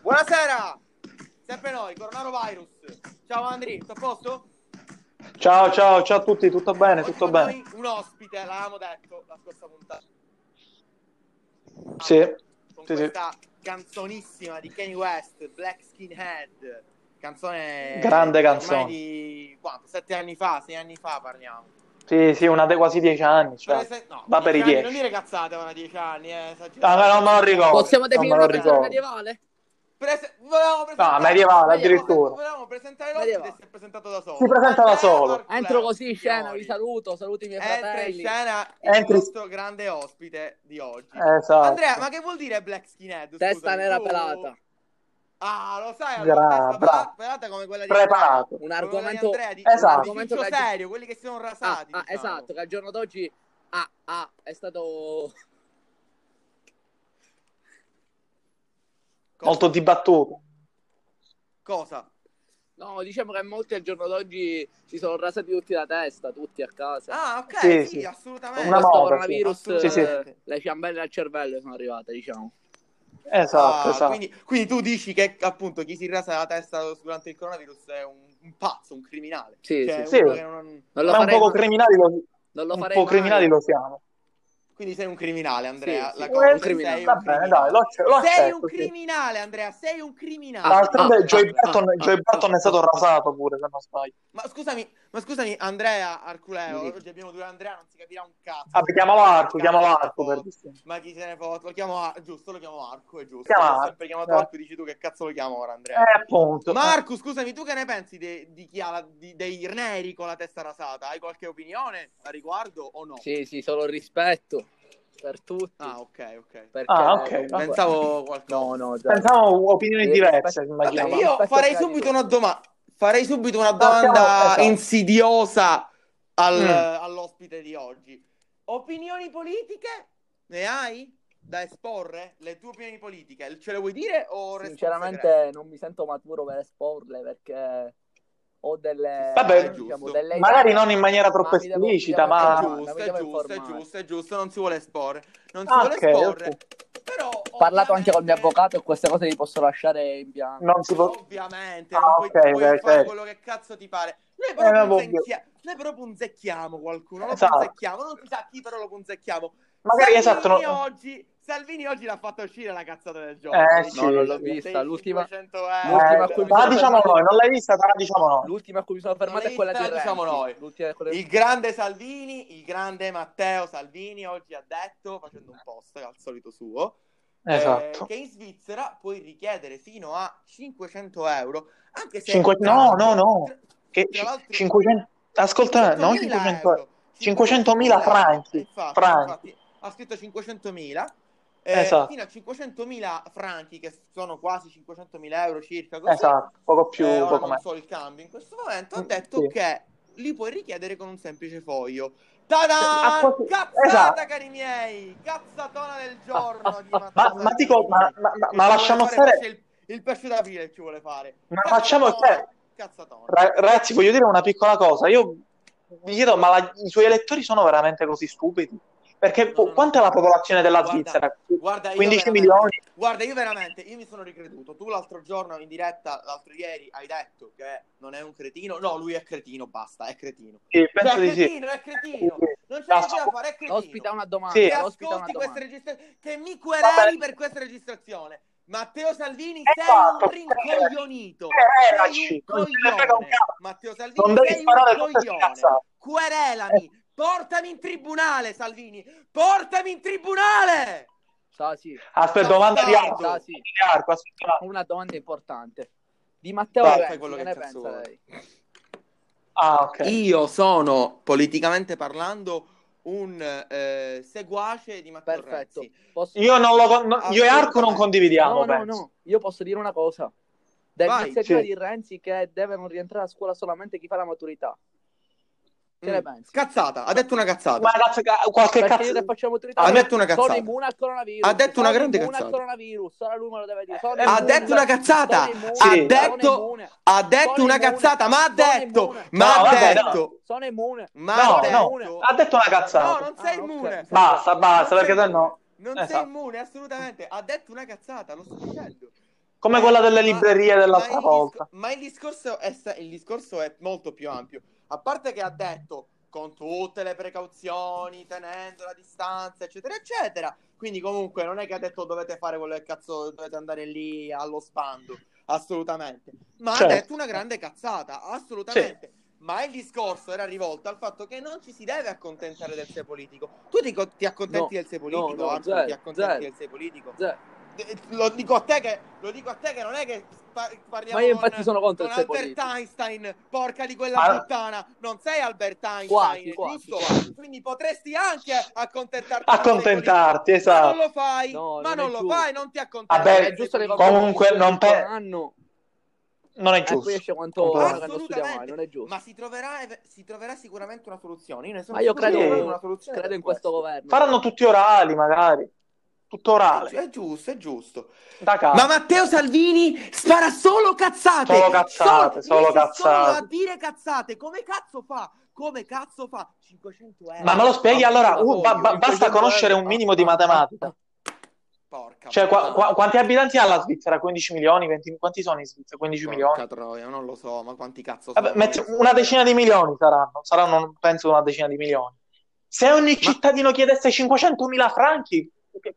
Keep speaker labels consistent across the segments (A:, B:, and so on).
A: Buonasera! Sempre noi, coronavirus. Ciao Andri, tutto a posto?
B: Ciao, ciao, ciao a tutti, tutto bene,
A: Oggi
B: Eh, tutto
A: con
B: bene.
A: noi Un ospite, l'avevamo detto la scorsa puntata.
B: Sì,
A: Con
B: sì, sì.
A: questa canzonissima di Kanye West, Black Skinhead. Canzone...
B: Grande
A: ormai
B: canzone.
A: di... Quanto? Sette anni fa, sei anni fa parliamo.
B: sì, sì, una de- quasi dieci anni. Cioè.
A: Però se- no,
B: va per
A: dieci
B: i
A: anni,
B: dieci.
A: Non dire cazzate, una dieci anni, eh, esagerato.
B: Ah, ma non me lo ricordo.
C: Possiamo definire
B: non me
C: una
B: lo
C: persona
B: ricordo.
C: medievale?
A: Prese- volevamo presentare...
B: medievale,
C: addirittura.
A: Volevamo presentare l'ospite e
C: Medievale.
A: si è presentato da solo.
B: Si presenta da
A: Andrea
B: solo.
A: Marculeo.
C: Entro così in scena, vi
A: Signori.
C: saluto, saluti i miei
A: Entra in
C: fratelli.
A: scena il
B: Entri-
A: nostro grande ospite di oggi.
B: Esatto.
A: Andrea, ma che vuol dire black skinhead?
C: Testa
A: Scusami,
C: nera
A: tu-
C: pelata.
A: Ah, lo sai,
B: Gra-
A: allora, testa
B: bravo.
A: pela- pelata come quella di Andrea.
B: Preparato.
C: Un
A: Come quella
C: argomento...
A: di Andrea, di,
B: Esatto.
A: un
C: Argomento
A: argomento
C: che-
A: serio, quelli che si sono
C: Ah,
A: rasati.
C: ah,
A: diciamo.
C: esatto, che al giorno d'oggi ah, ah, è stato...
A: Cosa?
B: Molto dibattuto.
A: Cosa?
C: No, diciamo che molti al giorno d'oggi si sono rasati tutti la testa, tutti a casa.
A: Ah, ok,
B: Sì,
A: sì,
B: sì.
A: assolutamente.
C: Con
B: una
C: questo
B: moda, sì.
C: coronavirus
B: Sì, sì.
C: eh, le fiammelle al cervello sono arrivate, diciamo.
B: Esatto,
A: Ah,
B: esatto.
A: quindi, quindi tu dici che appunto chi si rasa la testa durante il coronavirus è un, un pazzo, un criminale.
C: Sì,
A: Cioè,
B: sì.
A: uno
B: Sì.
A: che non-
C: Non lo
B: Ma un
C: farei,
B: po'
C: mai-
B: criminali lo,
C: non lo
B: un
C: farei
B: po'
C: mai.
B: criminali lo siamo. Eh,
A: Quindi sei un criminale, Andrea.
C: Sì, sì.
A: La
C: Un
A: cosa,
C: criminale.
A: sei
B: Va
A: un
B: bene,
A: criminale.
B: dai, lo, ac- lo
A: Sei un
B: accetto. sì.
A: criminale, Andrea. Sei un criminale.
B: D'altronde
C: Ah, ah,
B: Joy
C: ah,
B: Barton,
C: ah,
B: Joey
C: ah,
B: Barton è
C: ah,
B: stato
C: ah.
B: rasato pure, se non sbaglio.
A: Ma scusami, ma scusami, Andrea Arculeo.
C: Sì.
A: Oggi abbiamo due Andrea, non si capirà un cazzo.
B: Ah, chiamo Arco, chiamo
A: Cazzo,
B: Arco per distinguere.
A: Ma chi se ne foto? Lo chiamo Ar- giusto, lo chiamo Arco, è giusto.
B: Chiama
A: L'ho
B: Arco,
A: sempre chiamato
B: eh.
A: Arco, dici tu che cazzo lo chiamo ora, Andrea?
B: Eh, appunto.
A: Marco, scusami, tu che ne pensi de- di chi ha la- di- dei neri con la testa rasata? Hai qualche opinione a riguardo o no?
C: Sì, sì, solo rispetto per tutti.
A: Ah, ok, ok.
C: perché-
B: Ah, ok, va bene.
A: Pensavo qualcosa.
C: Eh, No, no, dai.
B: Pensavo opinioni diverse,
A: Vabbè,
B: immaginavo.
C: Chiama-
A: io
C: Aspetta,
A: farei
C: Gianni.
A: subito una domanda. Farei subito una
B: Partiamo,
A: domanda
B: esatto.
A: insidiosa al-
B: Mm.
A: all'ospite di oggi. Opinioni politiche? Ne hai da esporre? Le tue opinioni politiche? Ce le vuoi dire o restano segrete?
C: Sinceramente non mi sento maturo per esporle perché ho delle... diciamo,
B: Vabbè,
A: giusto.
C: delle idee,
B: Magari non in maniera
C: ma
B: troppo
C: mi devo- mi
B: esplicita,
C: devo
B: ma...
A: È
C: informare,
A: giusto,
C: mi
A: è
C: devo
A: giusto, è
C: informare.
A: giusto, è giusto, non si vuole esporre. Non si
B: Ah,
A: vuole
B: ok,
A: esporre.
B: ok.
A: Però
C: Ho parlato anche col mio
A: ovviamente-
C: avvocato e queste cose li posso lasciare in bianco.
B: Non si può...
A: Ovviamente,
B: Ah,
A: non puoi,
B: ok,
A: puoi
B: ok,
A: fare
B: ok.
A: quello che cazzo ti pare. Noi
B: Eh,
A: però,
B: vabbè,
A: punzecchia- noi però punzecchiamo qualcuno, lo
B: Esatto.
A: punzecchiamo, non si sa chi però lo punzecchiamo.
B: Magari
A: Salvini
B: esatto... non-
A: oggi, Salvini oggi l'ha fatta uscire la cazzata del gioco.
B: Eh,
A: Dice,
B: sì. No, non l'ho
A: sei
C: vista, l'ultima-
A: 500
B: Eh,
A: euro.
C: L'ultima a cui mi
B: te la
C: sono
B: diciamo
C: fermato-
B: noi, non l'hai vista, te la diciamo noi.
C: L'ultima a cui mi sono fermato è
A: Lista,
C: quella di Renzi.
A: diciamo noi.
C: L'ultima è quella di-
A: Il grande Salvini, il grande Matteo Salvini oggi ha detto, facendo un post al solito suo, eh,
B: Esatto.
A: che in Svizzera puoi richiedere fino a 500 euro, anche se...
B: Cinque-
A: tra
B: no,
A: l'altro-
B: no, no.
A: tra-
B: Che
A: tra l'altro-
B: 500... Ascolta, non
A: 500.000
B: 500
A: euro.
B: 500.000 franchi.
A: Infatti,
B: Franchi.
A: infatti, ha scritto 500.000. eh,
B: Esatto.
A: Fino a 500.000 franchi, che sono quasi 500.000 euro circa. Così,
B: Esatto, poco più,
A: eh, ora
B: poco
A: non
B: meno.
A: so il cambio in questo momento, ha
B: Mm,
A: detto
B: sì.
A: che li puoi richiedere con un semplice foglio. Ta-da!
B: Ah, quasi-
A: Cazzata,
B: esatto.
A: cari miei! Cazzatona del giorno di Matteo
B: Ma, ma dico,
A: Salvini,
B: ma, ma- ma-
A: che
B: ma
A: ci
B: lasciamo
A: vuole fare
B: stare...
A: Il, il pesce d'aprile ci vuole fare.
B: Ma facciamo-
A: Cazzatona,
B: cioè,
A: Cazzatona.
B: Ra- Ragazzi, voglio dire una piccola cosa. Io mi chiedo, ma la- i suoi elettori sono veramente così stupidi? Perché
A: No, no, no.
B: quanta è la popolazione della
A: Guarda,
B: Svizzera?
A: Guarda, io
B: 15
A: veramente-
B: milioni?
A: Guarda, io veramente, io mi sono ricreduto. Tu l'altro giorno in diretta, l'altro ieri, hai detto che non è un cretino. No, lui è cretino, basta, è cretino.
B: Sì, penso
A: Cioè,
B: di
A: è
B: sì.
A: cretino, è cretino. Non c'è
B: Ma-
A: niente da fare, è cretino.
C: Ospita una domanda.
B: Sì.
A: che
C: Ospita una
A: ascolti questa
C: domanda.
A: registrazione, che mi
B: Vabbè.
A: quereli per questa registrazione. Matteo Salvini,
B: Esatto,
A: sei un rincoglionito. Sei un
B: Querelaci, non te ne frega un
A: coglione.
B: cazzo.
A: Matteo Salvini,
B: Non devi
A: sei
B: sparare
A: un
B: tutte queste
A: coglione.
B: cazzate. Eh.
A: Querelami, portami in tribunale, Salvini. Portami in tribunale.
C: Sa, sì.
B: Aspetta, domanda di Arco.
C: Sa, Ah, sì.
B: di Arco, aspetta.
C: Una domanda importante. Di Matteo
B: Vai,
C: Renzi,
A: fai quello
C: che
A: che
C: ne
A: cazzo
C: pensa
A: vuoi.
C: lei?
B: Ah, ok.
A: Io sono, politicamente parlando, un eh, seguace di Matteo
C: Perfetto.
A: Renzi.
C: Posso-
B: Io, non lo con- no- io e Arco non condividiamo,
C: Ah, No, no,
B: penso.
C: no, io posso dire una cosa.
A: Vai,
C: Dall'iniziativa
B: sì.
C: di Renzi che devono rientrare a scuola solamente chi fa la maturità. Che
A: Mm.
C: ne pensi?
A: Cazzata, ha detto una cazzata.
B: Ma ragazzi, ca- qualche
C: Perché
B: cazzo...
C: io che faccio maturità
A: Ha detto una
C: sono
A: cazzata.
C: immune al coronavirus.
A: Ha detto
C: sono
A: una grande
C: immune al
A: cazzata.
C: coronavirus, solo lui me lo deve dire. sono
B: Ha
A: Ha
C: immune,
A: detto una cazzata.
C: sono immune,
B: Sì.
A: Ha
C: sono
A: detto,
C: immune,
A: ha detto
C: Sono
A: una
C: immune.
A: cazzata. Ma ha
C: Sono
A: detto,
C: immune.
A: ma
B: No,
A: ha
B: vabbè, no.
A: detto,
C: sono immune.
A: ma
B: No,
A: ha
B: no,
A: detto.
B: ha detto una
A: No,
B: cazzata.
A: non sei
C: Ah, ok.
A: immune.
B: Basta, basta,
A: Non
B: perché
A: sei
B: sennò...
A: immune. Non sei
B: Esatto.
A: immune, assolutamente. Ha detto una cazzata, lo sto dicendo.
B: Come quella delle
A: Ma-
B: librerie dell'altra
A: ma il
B: volta.
A: disco- ma il discorso, è, se- il discorso è molto più ampio. A parte che ha detto con tutte le precauzioni, tenendo la distanza, eccetera, eccetera. Quindi, comunque, non è che ha detto dovete fare quello che cazzo, dovete andare lì allo spando. Assolutamente. Ma
B: Certo.
A: ha detto una grande cazzata, assolutamente. Ma il discorso era rivolto al fatto che non ci si deve accontentare del sé politico. Tu ti, co- ti accontenti
C: No,
A: del sé politico,
C: no,
A: Anto?
C: zero,
A: ti accontenti
C: zero.
A: del sé politico.
C: Zero.
A: Eh, Lo dico, a te che, lo dico a te che non è che pa- parliamo
C: Ma io
A: con-
C: infatti sono contro
A: con
C: il sé
A: Albert
C: politico.
A: Einstein, porca di quella
B: Ma-
A: puttana, non sei Albert Einstein,
C: Quasi, quasi,
A: giusto? Quindi potresti anche accontentarti.
B: Accontentarti,
A: del secolo. Ma non
B: esatto.
A: lo fai,
C: No,
A: ma non
C: non è
A: lo
C: giusto.
A: fai, non ti accontenti.
B: Vabbè,
A: del
C: è giusto nei
A: secolo.
C: confronti
B: Comunque
C: di quelli
B: non
C: che
B: pe-
C: hanno,
B: Non
A: Eh,
B: è
C: e poi
B: giusto.
C: Eh, esce quanto
B: Allora.
C: ora che hanno studiato mai, non è giusto.
A: Ma si troverà, si troverà sicuramente una soluzione. Io ne sono
C: Ma io
A: sicuro che
C: credo-
A: troveranno una soluzione
C: Credo
A: per
C: in questo governo.
B: Faranno tutti orali, magari. Tutto orale,
A: È giusto, è giusto.
B: da casa.
A: Cioè, Ma Matteo Salvini spara solo cazzate.
B: Ah. Solo
A: Solo-
B: cazzate, solo
A: riesce
B: cazzate.
A: Solo a dire cazzate. Come cazzo fa? Come cazzo fa? 500 euro.
B: Ma me lo spieghi
A: Ah,
B: allora?
A: voglio,
B: Uh, ba- ba-
A: io
B: basta
A: 500
B: conoscere
A: euro.
B: un minimo di matematica.
A: Porca.
B: Cioè, qua-
A: puttana.
B: qua- quanti abitanti ha la Svizzera? 15 milioni? 20 Quanti sono in Svizzera? 15 milioni?
A: Porca troia, non lo so, ma quanti cazzo sono?
B: Vabbè, metti- una decina di milioni saranno, saranno, penso, una decina di milioni. Se ogni cittadino chiedesse 500.000 franchi,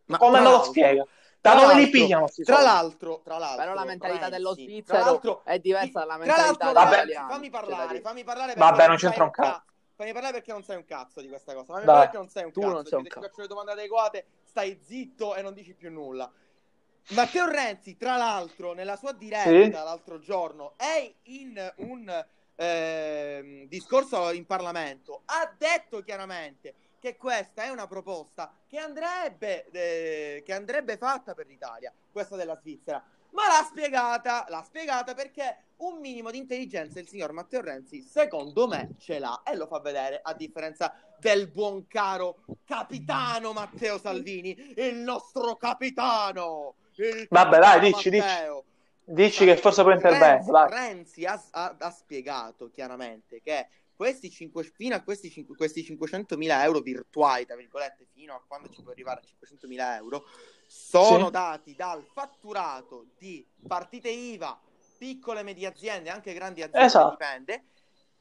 A: Ma-
B: come
A: ma-
B: me lo spiega? Da
A: tra
B: dove li
A: l'altro-
B: pigliano? sti
A: Tra
B: soldi?
A: l'altro, tra l'altro,
C: Però la mentalità
A: Renzi,
C: dello
A: tra l'altro,
C: svizzero è diversa dalla
A: Tra l'altro,
C: mentalità
B: Vabbè.
A: Renzi,
C: dell'italiano.
A: fammi
C: Cioè, da
A: parlare,
C: dire.
A: fammi parlare perché
B: Vabbè, non
A: sai
B: c'entra un cazzo.
A: Fammi parlare perché non sai un cazzo di questa cosa. Fammi
B: Dai.
A: parlare perché non sai un
C: Tu
A: cazzo.
C: non sei un
A: perché ti
C: cazzo.
A: faccio le domande adeguate, stai zitto e non dici più nulla. Matteo Renzi, tra l'altro, nella sua diretta
B: Sì.
A: l'altro giorno è in un ehm, discorso in Parlamento ha detto chiaramente che questa è una proposta che andrebbe, eh, che andrebbe fatta per l'Italia, questa della Svizzera. Ma l'ha spiegata, l'ha spiegata perché un minimo di intelligenza il signor Matteo Renzi, secondo me, ce l'ha e lo fa vedere a differenza del buon caro capitano Matteo Salvini, il nostro capitano. il
B: Vabbè,
A: capitano
B: dai, dici, dici.
A: Matteo.
B: Dici che forse poi intervengo,
A: Renzi,
B: dai.
A: Renzi ha, ha- ha spiegato chiaramente che questi cinque- fino a questi, cinque- questi 500.000 euro virtuali, tra virgolette, fino a quando ci può arrivare a 500.000 euro, sono
B: Sì.
A: dati dal fatturato di partite IVA, piccole e medie aziende, anche grandi aziende,
B: Esatto.
A: dipende,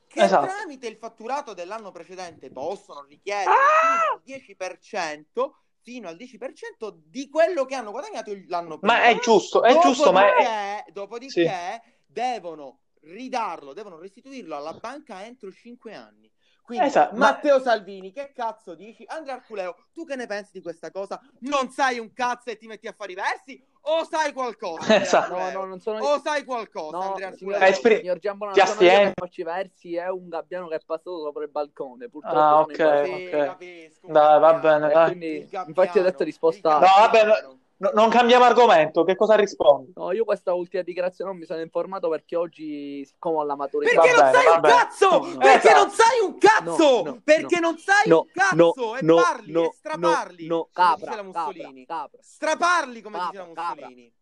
A: che
B: Esatto.
A: tramite il fatturato dell'anno precedente possono richiedere
B: Ah!
A: fino al 10%, fino al 10% di quello che hanno guadagnato il- l'anno prima.
B: Ma è giusto, è giusto, ma è...
A: Dopodiché- Dopodiché devono ridarlo, devono restituirlo alla banca entro 5 anni. Quindi
B: Esatto, ma-
A: Matteo Salvini, che cazzo dici? Andrea Arculeo, tu che ne pensi di questa cosa? Non sai un cazzo e ti metti a fare i versi? O sai qualcosa? Andrea
B: Esatto.
A: Arculeo?
C: No, no, non sono
A: O Oh, sai qualcosa,
C: No,
A: Andrea
C: signor,
A: Arculeo?
B: Eh, espri-
C: signor Giambo, non
B: ti
C: sono io
B: astieni?
C: che faccio i versi, è un gabbiano che è passato sopra il balcone. Purtroppo
B: Ah,
C: sono i
B: ok.
C: versi.
A: Sì,
B: ok.
A: capisco,
B: Dai, va
A: capiamo.
B: bene,
C: E
B: dai.
C: quindi,
A: Il gabbiano,
C: infatti, ho detto risposta
A: il
C: A.
B: No, vabbè,
A: gabbiano.
B: No- non cambiamo argomento, che cosa rispondi?
C: No, io questa ultima dichiarazione non mi sono informato perché oggi, siccome ho la maturità,
A: Perché
B: Va
A: non
B: bene,
A: sai
B: va
A: un
B: bene.
A: cazzo?
C: No, no.
A: Perché
B: Esatto.
A: non sai un cazzo?
C: No, no,
A: Perché non sai
C: no,
A: un cazzo?
C: no,
A: e
C: no,
A: parli,
C: no,
A: e straparli.
C: no, no,
A: come diceva
C: capra, capra,
A: Mussolini.
C: capra.
A: Straparli, come
C: Capra,
A: diceva Mussolini.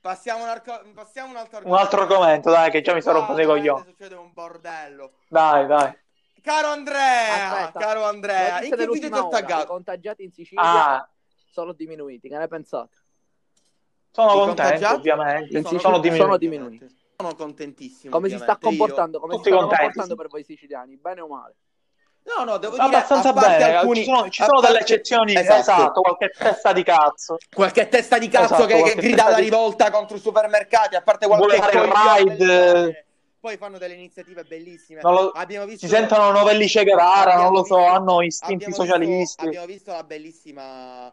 A: Passiamo, un arco- passiamo un altro
B: Un altro argomento, dai, che già mi sto
A: Qua
B: rompendo i
A: veramente
B: coglioni.
A: succede un bordello.
B: Dai, dai.
A: Caro Andrea,
C: Aspetta.
A: caro Andrea, Eh, in
C: Notizie
A: che video ti
C: dell'ultima
A: ho
C: ora, i
A: taggato?
C: contagiati in Sicilia
B: Ah,
C: sono diminuiti, che ne pensate?
B: sono
A: I
B: contento,
A: contagiati?
B: ovviamente.
C: Sono-
B: Sono
C: sono
B: diminuiti.
C: diminuiti.
A: Sono contentissimo.
C: Come si sta
A: ovviamente. Io-
C: comportando, come si
B: Tutti
C: stanno
B: contenti,
C: comportando
B: sì.
C: per voi siciliani, bene o male?
A: No, no, devo dire
B: Abbastanza
A: a parte
B: bene,
A: alcuni-
B: ci sono, ci
A: a
B: sono delle
A: parte-
B: eccezioni,
A: Esatto.
B: esatto. qualche testa di cazzo.
A: qualche testa di cazzo
B: Esatto,
A: che, che
B: qualche
A: grida
B: testa
A: la
B: di-
A: rivolta contro i supermercati, a parte qualche
B: Vuole fare il
A: coglione
B: raid,
A: del genere. Poi fanno delle iniziative bellissime.
B: Non lo-
A: Abbiamo visto
B: Si sentono novelli Che Guevara, non lo so,
A: Abbiamo-
B: hanno istinti
A: abbiamo
B: socialisti.
A: Visto, abbiamo visto la bellissima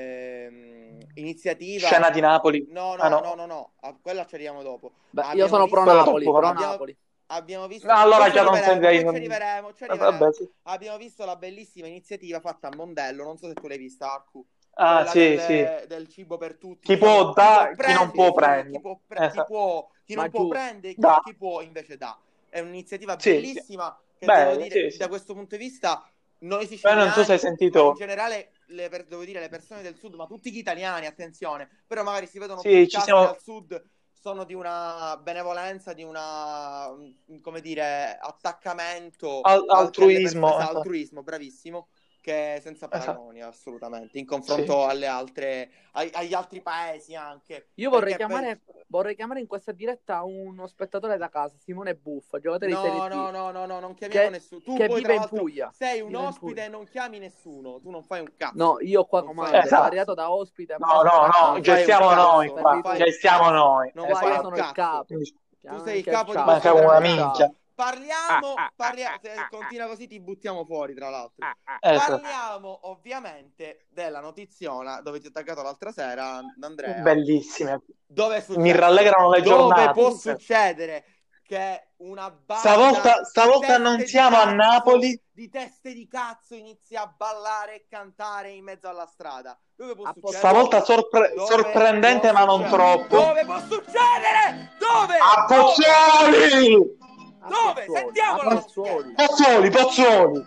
A: ehm, iniziativa.
B: Scena di Napoli.
A: No, no,
B: Ah,
A: no,
B: no.
A: no, no, a quella ci arriviamo dopo.
C: Beh,
A: Abbiamo
C: io sono pro
A: visto-
C: Napoli, pro
B: Abbiamo-
C: Napoli.
A: Abbiamo visto
B: No, allora
A: poi ci
B: già non
A: arriveremo,
B: sentirei-
A: poi ci arriveremo, ci
B: Eh,
A: arriveremo.
B: vabbè, sì.
A: Abbiamo visto la bellissima iniziativa fatta a Mondello, non so se tu l'hai vista, Arcu.
B: Ah,
A: Quella
B: sì,
A: del,
B: sì.
A: del cibo per tutti.
B: Chi può dà, chi non può prendere.
A: Chi, può pre- chi
B: Esatto.
A: può- chi non
C: Ma
A: può
C: giusto.
A: prendere, chi,
B: Dà.
A: chi può invece dà. È un'iniziativa
B: Sì, sì.
A: bellissima che
B: Bene,
A: devo dire,
B: sì, sì.
A: da questo punto di vista, noi
B: Poi
A: siciliani,
B: non so se hai
A: ma in
B: sentito.
A: generale, le per- devo dire, le persone del sud, ma tutti gli italiani, attenzione, però magari si vedono
B: Sì,
A: più
B: ci
A: casi
B: siamo-
A: al sud sono di una benevolenza, di una, mh, come dire, attaccamento
B: Al-
A: al- alle
B: altruismo. ecco.
A: persone- altruismo, bravissimo, che è senza
B: Esatto.
A: paragoni assolutamente in confronto alle altre, ai- agli altri paesi anche.
C: Io vorrei
A: Perché
C: chiamare, vorrei chiamare in questa diretta uno spettatore da casa, Simone Buffa, giocatore di
A: No,
C: Serie D.
A: no, no, no, no, non chiamiamo
C: Che-
A: nessuno. Tu
C: che
A: poi,
C: vive
A: tra
C: in
A: l'altro,
C: Puglia.
A: sei un
C: Vive in
A: ospite
C: Puglia.
A: e non chiami nessuno. Tu non fai un cazzo.
C: No, io qua
A: Non
C: comando,
A: fai-
B: Esatto.
C: variato da ospite.
B: No, no, no,
A: un
B: gestiamo
A: cazzo,
B: noi
A: non
B: qua,
A: fai un
B: gestiamo
A: cazzo.
B: noi.
A: Non
C: Eh, qua
A: fai
C: io
A: un
B: Esatto.
C: sono
A: cazzo.
C: il capo. cioè,
A: Tu sei il capo di
C: Ciao.
B: Manca
A: Ciao.
B: una
A: minchia.
B: minchia.
A: Parliamo,
C: Ah, ah,
A: parlia-
C: ah,
A: se
C: ah,
A: continua così ti buttiamo fuori, tra l'altro.
C: Ecco.
B: Esatto.
A: Parliamo ovviamente della notiziona dove ti ho attaccato l'altra sera, Andrea.
B: Bellissime.
A: Dove è successo?
B: Mi rallegrano le
A: Dove può
B: giornate.
A: succedere che una banda
B: Stavolta, stavolta
A: di
B: non
A: teste
B: siamo
A: di
B: a
A: cazzo-
B: Napoli.
A: di teste di cazzo inizia a ballare e cantare in mezzo alla strada. Dove può
C: A
A: succedere?
B: Stavolta sorpre-
A: Dove
B: sorprendente,
A: può
B: ma non
A: succedere?
B: troppo.
A: Dove può succedere? Dove?
B: A
A: Dove?
B: Pozzuoli!
C: A
A: Dove?
C: Pozzuoli,
A: Sentiamolo!
C: a Pozzuoli.
B: Pozzuoli, Pozzuoli!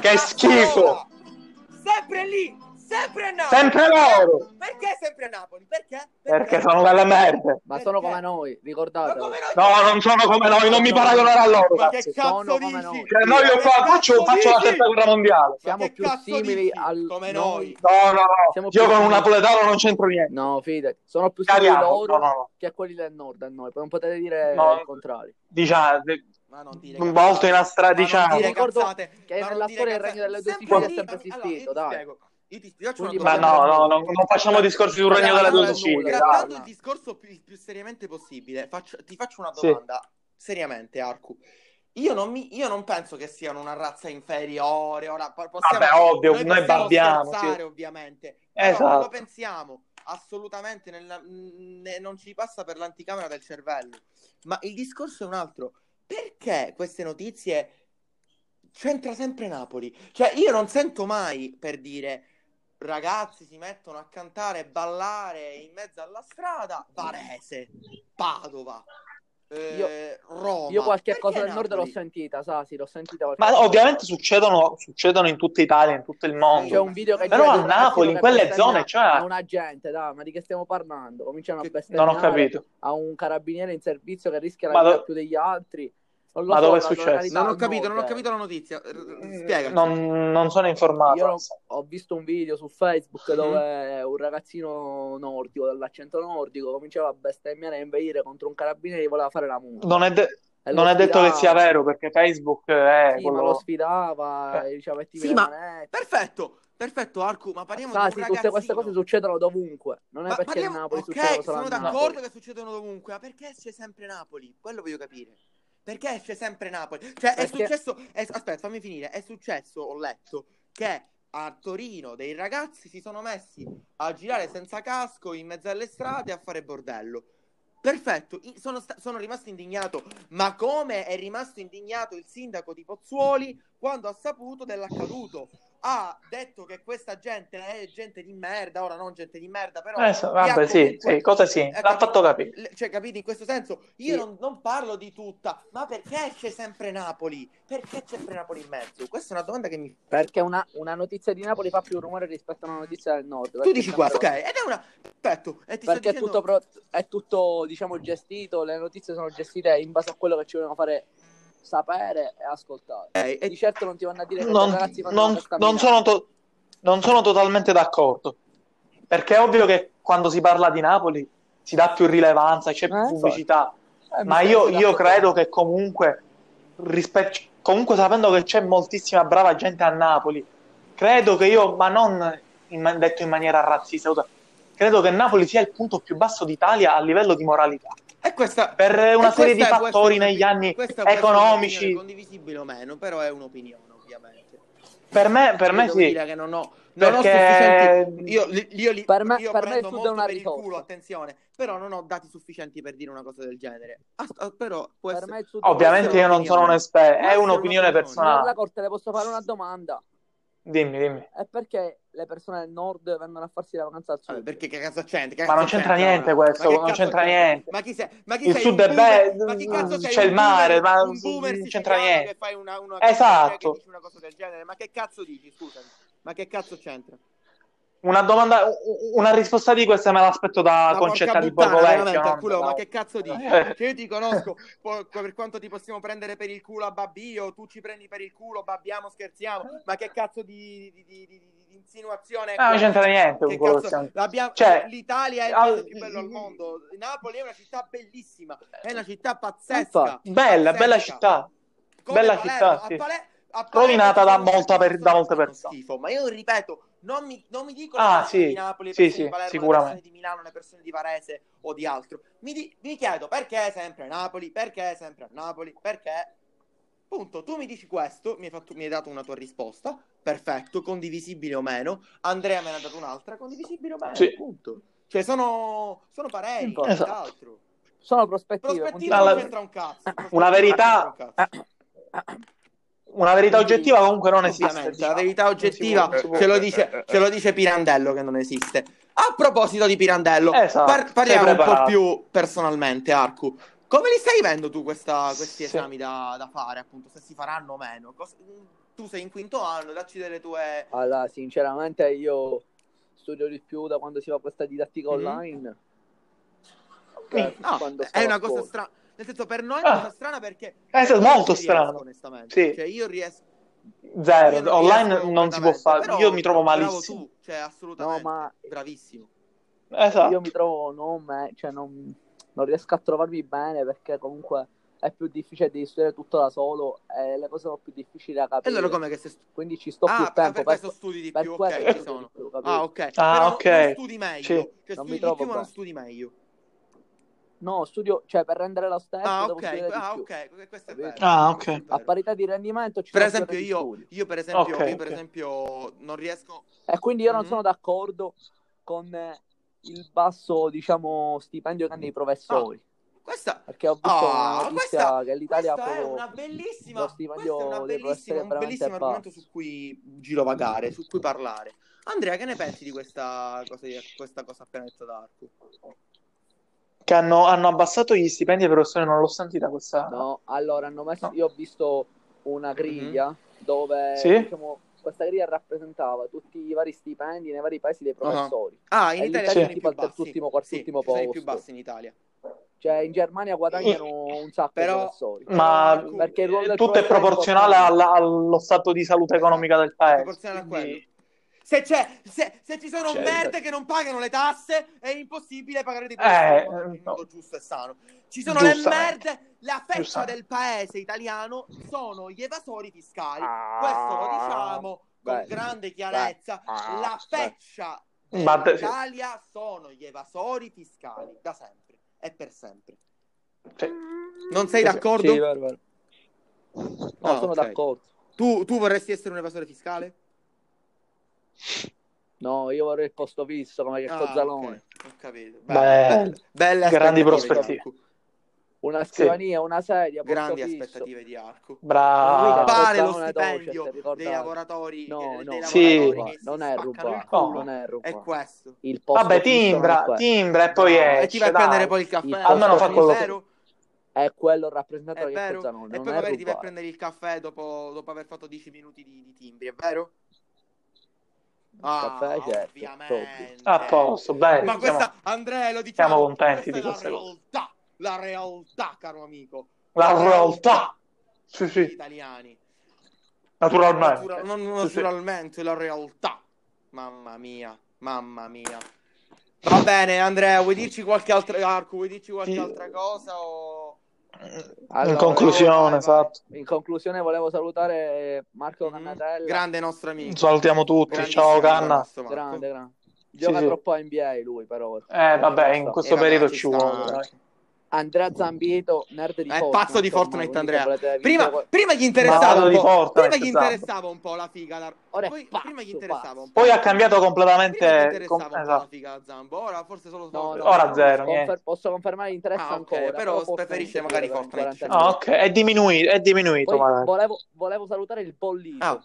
B: Che schifo!
A: Cazzarola! Sempre lì, sempre a Napoli.
B: Sempre loro!
A: Perché sempre a Napoli? Perché?
B: Perché sono delle merde.
C: Ma sono
A: Perché?
C: come noi,
A: Ma
C: ricordate.
A: come noi-
B: No, non sono come noi, non mi paragonare a loro,
A: Ma
B: cazzo.
A: che
C: Sono
A: cazzo
C: come
A: dici?
C: noi.
B: Cioè, noi io qua faccio, faccio la terza guerra mondiale.
A: Ma
C: Siamo
A: che
C: più
A: cazzo
C: simili
A: dici?
C: al
A: Come noi.
B: No, no, no.
C: Siamo
B: Io
C: più
B: con un
C: simili.
B: napoletano non c'entro niente.
C: No, fidati, sono più simili
B: Cariamo. No,
C: loro
B: no, no.
C: che a quelli del nord a noi, non potete dire
B: No.
C: il contrario.
B: Diciamo,
A: Ma non dire
B: un volto in
A: cazzate.
B: astra,
A: Ma non
B: diciamo.
A: dire
C: Ricordo
A: cazzate,
C: che
A: ma non
C: nella
A: dire
C: storia il
A: cazzate.
C: regno delle due
A: Sempre
C: Sicilie è
A: lì,
C: sempre
A: fammi- allora, io
C: esistito,
A: ti
C: dai.
A: spiego. Io ti, ti faccio
C: Quindi
A: una
B: Ma
A: domanda.
B: no, no, non, non facciamo discorsi sul regno delle due Sicilie. dai.
A: Trattando il discorso più, più seriamente possibile, faccio- ti faccio una
B: Sì.
A: domanda seriamente, Arcu. Io non, mi- io non penso che siano una razza inferiore. Ora, po- possiamo,
B: Vabbè, ovvio, noi
A: possiamo
B: babbiamo,
A: scherzare,
B: sì.
A: ovviamente.
B: Esatto.
A: Però non lo pensiamo assolutamente, nella- ne- non ci passa per l'anticamera del cervello. Ma il discorso è un altro. Perché queste notizie c'entra sempre Napoli? Cioè, io non sento mai per dire ragazzi si mettono a cantare e ballare in mezzo alla strada, Varese, Padova, eh, Roma.
C: Io qualche
A: Perché
C: cosa del
A: Napoli?
C: nord l'ho sentita, Sasi, l'ho sentita qualche
B: Ma
C: cosa.
B: ovviamente succedono, succedono in tutta Italia, in tutto il mondo.
C: C'è un video che
A: Però
C: gira
A: a
C: di un
B: Napoli,
C: ragazzino
B: in
C: che
B: quelle
C: bestemmia
B: zone, cioè-
C: a un agente, dai, ma di che stiamo parlando? Cominciano a
A: Che-
B: eh, Non
C: bestemmiare
B: ho capito.
C: a un carabiniere in servizio che rischia
B: Ma
C: la vita
B: do-
C: più degli altri. Non lo
B: Ma
C: so,
B: dove è
C: la cioè,
B: successo?
C: località
A: Non ho
C: al
A: capito, non ho
C: nord,
A: capito la notizia.
C: Eh,
A: Spiega.
B: Non, non sono informato.
C: Io ho visto un video su
B: Mhm.
C: Facebook dove un ragazzino nordico dall'accento nordico cominciava a bestemmiare e inveire contro un carabiniere che voleva fare la multa.
B: Non è, de-
C: E Eh, lo
B: non è detto
C: sfidava.
B: che sia vero perché Facebook è
C: Sì,
B: quello.
C: ma lo sfidava,
B: Eh.
C: e diceva mettimi
A: Sì,
C: le
A: ma-
C: manette.
A: Perfetto, perfetto Arcu, ma parliamo
C: Sa,
A: di
C: sì,
A: un
C: tutte queste
A: ragazzino.
C: cose succedono dovunque, non è
A: Ma
C: perché
A: parliamo-
C: a Napoli
A: ok,
C: succede solo a
A: sono
C: Napoli.
A: d'accordo che succedono dovunque, ma perché c'è sempre Napoli? Quello voglio capire. Perché c'è sempre Napoli? Cioè, è
C: Perché-
A: successo. è- aspetta, fammi finire. È successo, ho letto, che a Torino dei ragazzi si sono messi a girare senza casco in mezzo alle strade a fare bordello. Perfetto, i- sono, sta- sono rimasto indignato. Ma come è rimasto indignato il sindaco di Pozzuoli quando ha saputo dell'accaduto? Ha detto che questa gente è gente di merda, ora non gente di merda, però
B: Eh, so- vabbè,
C: Ecco,
A: Via
B: sì,
A: comunque.
B: sì, cosa sì,
A: Eh,
B: l'ha fatto capire.
A: Le- Cioè, capito, in questo senso io
C: Sì.
A: non, non parlo di tutta, ma perché c'è sempre Napoli? Perché c'è sempre Napoli in mezzo? Questa è una domanda che mi
C: Perché una, una notizia di Napoli fa più rumore rispetto a una notizia del nord.
A: Tu
C: perché
A: dici
C: è
A: questo, ok?
C: sempre-
A: Ed è una perfetto, e ti sto
C: Perché è
A: dicendo
C: tutto, pro- è tutto, diciamo, gestito, le notizie sono gestite in base a quello che ci vogliono fare sapere e ascoltare.
A: ok, e
C: Di certo non ti vanno a dire che
B: Non,
C: i ragazzi fanno
B: non-
C: una festa a
B: non sono
C: Milano.
B: to- non sono totalmente d'accordo. Perché è ovvio che quando si parla di Napoli si dà più rilevanza, c'è più
C: Eh,
B: pubblicità.
C: Eh, mi
B: Ma
C: stai
B: io,
C: dicendo
B: io
C: che-
B: credo che comunque, rispe- comunque sapendo che c'è moltissima brava gente a Napoli, credo che io, ma non in ma- detto in maniera razzista, credo che Napoli sia il punto più basso d'Italia a livello di moralità.
A: e questa
B: Per una
A: e
B: serie di
A: questa può
B: fattori
A: essere-
B: negli anni
A: questa può essere
B: economici.
A: un'opinione condivisibile o meno, però è un'opinione, ovviamente.
B: Per me, Eh, per me
A: Io devo
B: sì,
A: dire che non ho, non ho sufficienti
B: perché
A: Io, li- io li-
C: Per me-
A: io
C: per me
A: prendo
C: il Sud è
A: molto
C: una
A: per il
C: risorsa.
A: culo, attenzione, però non ho dati sufficienti per dire una cosa del genere. As- ah, però può
C: Per
A: essere-
C: me il sud-
B: ovviamente io non sono un esperto,
A: Può
B: è
A: essere
B: un'opinione
A: un'opinione.
C: Signor La
B: personale.
C: Corte, le posso fare una domanda?
B: Dimmi, dimmi.
C: È perché le persone del nord vengono a farsi la vacanza al
A: Vabbè,
C: sud?
A: perché che cazzo c'entra? Che
B: Ma non
A: cazzo
B: c'entra niente
A: ora?
B: questo,
A: Eh, Ma che
B: non
A: cazzo
B: c'entra niente.
A: Ma chi sei? Ma chi
B: Il
A: sei,
B: sud
A: un
B: è
A: boomer?
B: bello,
A: Ma chi cazzo sei?
B: c'è
A: un
B: il mare,
A: boomer-
B: ma
A: un boomer
B: non c'entra
A: siciliano
B: niente.
A: Che fai una, una
B: Esatto.
A: che dici una cosa del genere, ma che cazzo dici, scusami? Ma che cazzo c'entra?
B: Una, domanda, una risposta di questa me l'aspetto da
A: Ma
B: Concetta
A: porca
B: di
A: puttana, veramente,
B: Borgovecchio.
A: al
B: non
A: culo,
B: da-
A: ma che cazzo dici?
B: Eh.
A: Cioè, io ti conosco, po- per quanto ti possiamo prendere per il culo a babbio, tu ci prendi per il culo, babbiamo, scherziamo, ma che cazzo di, di- di- di- di- di insinuazione è
B: No, Eh, Ah, non
A: questa?
B: c'entra niente con
A: Che
B: quello che
A: cazzo-
B: stiamo-
A: l'abbiamo-
B: Cioè,
A: L'Italia è il
B: al-
A: paese più bello al mondo. Napoli è una città bellissima, è una città pazzesca.
C: Infatti.
B: Bella,
A: pazzesca.
B: bella città.
A: Come
B: bella
A: Palermo.
B: città, sì.
A: A Pale- a Palermo
B: Rovinata da
A: ci sono
B: molta per- da molte
A: fanno
B: persone.
A: schifo, ma io ripeto, non mi, non mi dicono
B: Ah,
A: le persone
B: sì,
A: di Napoli, le
B: sì,
A: persone
B: sì,
A: di Palermo,
B: sicuramente.
A: le persone di Milano, le persone di Varese o di altro. Mi, di- mi chiedo perché sempre Napoli, perché sempre Napoli, perché... Punto, tu mi dici questo, mi hai, fatto- mi hai dato una tua risposta, perfetto, condivisibile o meno, Andrea me ne ha dato un'altra, condivisibile o meno,
B: Sì.
A: punto. Cioè sono, sono pareri,
C: Esatto.
A: nient'altro.
C: Sono prospettive.
A: Prospettiva
B: Dalla-
A: non
C: continuamente.
A: c'entra un cazzo.
B: Esatto. Una
A: prospettiva
B: verità-
A: non c'entra un cazzo.
B: Una verità
A: Quindi,
B: oggettiva comunque non esiste.
A: Ovviamente,
B: diciamo.
A: La verità
B: Non si
A: oggettiva
B: può- non si può-
A: ce lo, dice, ce lo dice Pirandello che non esiste. A proposito di Pirandello,
B: Esatto,
A: par- parliamo
B: sei
A: un po'
B: preparato.
A: più personalmente, Arcu. Come li stai vivendo tu questa- questi
B: Sì.
A: esami da, da fare, appunto, se si faranno o meno? Cos- tu sei in quinto anno, dacci delle tue...
C: Allora, sinceramente io studio di più da quando si fa questa didattica
A: Mhm.
C: online.
B: Mm.
C: che
A: Ah,
C: quando
A: è
C: stavo
A: una
C: a
A: cosa
C: scuola.
A: strana. Nel senso, per noi è una
B: Ah.
A: cosa strana perché...
B: Eh, sì,
A: io
B: molto
A: non ci riesco,
B: strano.
A: Onestamente.
B: Sì.
A: Cioè, io riesco... io
B: Zero,
A: non
B: online
A: riesco
B: non si può
A: completamente,
B: fare.
A: però
B: Io mi trovo
A: bravo
B: malissimo.
A: tu, cioè,
C: No,
A: assolutamente.
C: ma
A: Bravissimo.
B: Esatto.
C: io mi trovo non me- cioè non, non riesco a trovarmi bene perché comunque è più difficile di studiare tutto da solo e le cose sono più difficili da
A: E
C: capire.
A: allora come che se
C: Quindi ci sto
A: ah,
C: più
A: per-
C: tempo
A: per
C: per,
A: questo studi di
C: per
A: più,
C: questo
A: ok, ci
C: studio
A: sono.
C: di più, capito?
A: Ah, ok.
B: Ah,
A: Però
B: ok.
A: non studi meglio,
B: Sì.
A: cioè
C: Non mi
A: studi di più
C: trovo
A: ma non
C: bene.
A: studi meglio.
C: No, studio, cioè per rendere lo stesso
A: Ah,
C: devo
A: ok,
C: studiare di
A: ah,
C: più.
A: ok, que- questo è
C: Capito?
A: vero.
B: Ah,
A: questo è
B: ok.
A: vero.
C: A parità di rendimento ci
A: Per
C: sono
A: esempio
C: più ore di
A: io,
C: studio.
A: io per esempio,
B: Ok,
A: io per
B: ok.
A: esempio non riesco
C: E quindi io non
A: Mhm.
C: sono d'accordo con eh, il basso, diciamo, stipendio che hanno i professori.
A: Questa
C: Perché ho visto
A: Ah,
C: una notizia
A: questa-
C: che l'Italia
A: questa
C: ha
A: è
C: proprio
A: una bellissima
C: lo
A: questo è
C: stipendio
A: una
C: dei
A: bellissima,
C: professori
A: un
C: è veramente
A: bellissimo argomento
C: basso.
A: su cui girovagare, su cui parlare. Andrea, che ne pensi di questa cosa, di questa cosa appena detta da Arco?
B: Che hanno, hanno abbassato gli stipendi ai professori, non l'ho sentita questa.
C: No, allora hanno messo.
B: No.
C: Io ho visto una griglia
A: Mm-hmm.
C: dove
B: Sì?
C: diciamo, questa griglia rappresentava tutti i vari stipendi nei vari paesi dei professori.
A: Ah, in Italia
C: E l'Italia
A: sono
C: è
A: i
C: tipo
A: più
C: al
A: bassi.
C: terzultimo, quartultimo
A: sì, ci sono i più
C: posto.
A: bassi in Italia.
C: Cioè, in Germania guadagnano un sacco
A: Però-
C: i professori.
B: Ma
A: Arco,
C: Perché il ruolo del
B: tutto è
C: professore
B: proporzionale
C: importante.
B: alla- allo stato di salute economica del
A: è
C: Eh,
B: paese.
A: Esatto. proporzionale a quello.
B: quindi-
A: Se, c'è, se, se ci sono
B: Certo.
A: merde che non pagano le tasse, è impossibile pagare dei
B: Eh,
A: professori in
B: no.
A: modo giusto e sano. Ci sono le
C: eh.
B: Giustamente.
A: merde, la fetta
B: Giustamente.
A: del paese italiano sono gli evasori fiscali.
C: Ah,
A: Questo lo diciamo con
C: bello.
A: grande chiarezza.
C: Ah, Mm,
A: La
C: beh.
A: feccia
B: Ma te-
A: dell'Italia sono gli evasori fiscali, da sempre e per sempre.
B: Cioè,
A: Non sei
B: Sì, sì.
A: d'accordo?
C: Sì, vero, vero. No,
A: Ah,
C: sono
A: ok.
C: d'accordo.
A: Tu, tu vorresti essere un evasore fiscale?
C: No, io vorrei il posto fisso come che
A: Ah,
C: sto Zalone.
A: ok, Ho capito.
B: Bello.
A: Bello. Belle aspettative
B: Grandi
A: di
B: prospettive.
A: Arco.
C: Una scrivania, una sedia, posto
A: Grandi
C: fisso.
A: aspettative di Arco.
B: bravo.
C: Rubare.
A: Rubare lo
C: Zona Docet,
A: stipendio
C: ricordate.
A: dei lavoratori,
C: No,
A: eh,
C: no,
A: dei
B: Sì.
A: lavoratori che si
C: non è
A: spaccano il
C: rubato,
A: culo
B: No.
C: non è
A: è
C: rubato.
A: questo.
C: Il posto
B: Vabbè,
C: fisso non è
B: timbra,
C: quello.
B: timbra e poi
A: Bravo.
B: esce.
A: e ti vai a prendere
B: Eh, dai.
A: poi il caffè.
C: Il
B: Almeno
A: dopo,
B: fa
A: è
B: quello che-
A: vero?
C: È quello rappresentato
A: È
C: da Checco
A: vero?
C: Zalone,
A: E
C: non
A: poi
C: è
A: magari ti vai a
C: rubato.
A: prendere il caffè dopo, dopo aver fatto 10 minuti di, di timbri, è vero? Ah,
C: caffè, certo,
A: ovviamente.
B: A posto, bene.
A: Ma
B: siamo-
A: questa, Andrea, lo diciamo,
B: siamo
A: questa
B: contenti di
A: è la
B: queste cose.
A: realtà, la realtà, caro amico.
B: La realtà. Sì,
A: degli
B: sì,
A: italiani.
B: naturalmente.
A: Natura- non
B: Sì, sì.
A: naturalmente, la realtà. Mamma mia, mamma mia. Va bene, Andrea, vuoi dirci qualche altra Arco, vuoi dirci qualche
B: Sì.
A: altra cosa o
B: In
C: Allora,
A: vai,
B: conclusione,
A: vai.
B: esatto.
C: In conclusione volevo salutare Marco
A: Mhm.
C: Cannatella.
A: Grande nostro amico.
B: Salutiamo tutti.
A: Grandissimo
B: Ciao,
A: amico
B: Canna.
A: nostro Marco.
C: Grande, grande.
B: Sì,
C: Gioca
B: sì.
C: troppo a NBA lui per ora.
B: Eh, vabbè,
C: Ci
B: in
C: sta.
B: questo
A: Eh, vabbè,
B: periodo
A: ci
B: ci
A: sta
B: vuole.
A: anche.
B: dai.
C: Andrea Zambieto, nerd di
A: È
C: Fortnite.
A: pazzo di
C: ormai,
A: Fortnite,
C: quindi
A: Andrea.
C: se volete
A: Prima,
C: vincere qual-
A: prima gli interessava
B: Malato
A: un
B: di
A: po',
B: Fortnite,
A: prima gli
B: esatto.
A: interessava un po' la figa, la-
C: Ora è
A: poi,
C: pazzo,
A: prima gli interessava un po'.
B: Poi ha
A: Prima
B: cambiato
A: gli interessava
B: completamente. com-
A: un po' la
B: esatto.
A: figa a Zambo, ora forse solo
C: No,
A: Fortnite.
C: no,
B: Ora
C: no,
B: zero,
C: confer-
B: niente.
C: posso confermare interessa
A: Ah, ok,
C: ancora.
A: però
C: forse
A: preferisce
C: non ci
A: magari
C: credo per
A: Fortnite.
C: 40
B: Ah,
C: minuti.
B: ok, è diminuito, è diminuito.
C: Poi
B: magari.
C: volevo, volevo salutare il bollito.
A: Ah,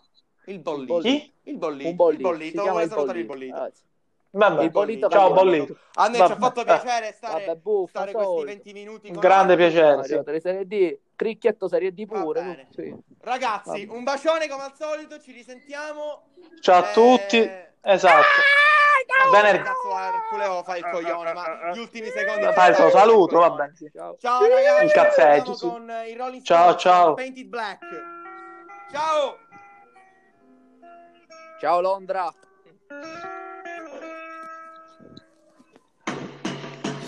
A: il bollito.
C: Il bollito.
A: Il bollito.
C: un bollito.
A: Il bollito.
C: si chiama
A: Vuole
C: il Ah.
A: salutare il
C: bollito.
A: bollito.
C: Ragazzi,
B: Vabbè.
C: il bollito
B: Ciao,
C: cambiato.
B: bollito.
A: A noi ci ha
B: Vabbè. eh,
A: fatto piacere stare,
C: Vabbè, buffa,
A: stare questi
C: solito.
A: 20 minuti con
B: Grande
A: Arco.
B: piacere, Eh,
C: Ah,
B: sì.
C: Arrivato alle serie D, Cricchietto serie D
A: Va
C: pure.
A: bene.
C: Sì.
A: Ragazzi,
C: Vabbè.
A: un bacione come al solito, ci risentiamo.
B: Ciao a
A: Eh,
B: tutti. Esatto.
A: Ah,
B: Venerdì.
A: Cazzo, Arculeo fa il
D: Ah,
A: coglione,
D: ah,
A: ma
D: ah, ah.
A: gli ultimi secondi.
B: Fa il suo saluto, va bene. sì.
C: Ciao.
A: Ciao ragazzi,
B: Il cazzeggio,
A: torniamo
B: sì.
A: con eh, i Rolling
B: Ciao,
A: Stones
B: ciao.
A: con Painted Black. Ciao.
C: Ciao Londra.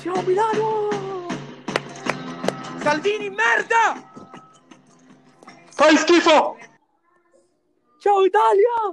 C: Ciao Milano.
A: Salvini merda!
B: Fai schifo!
C: Ciao Italia.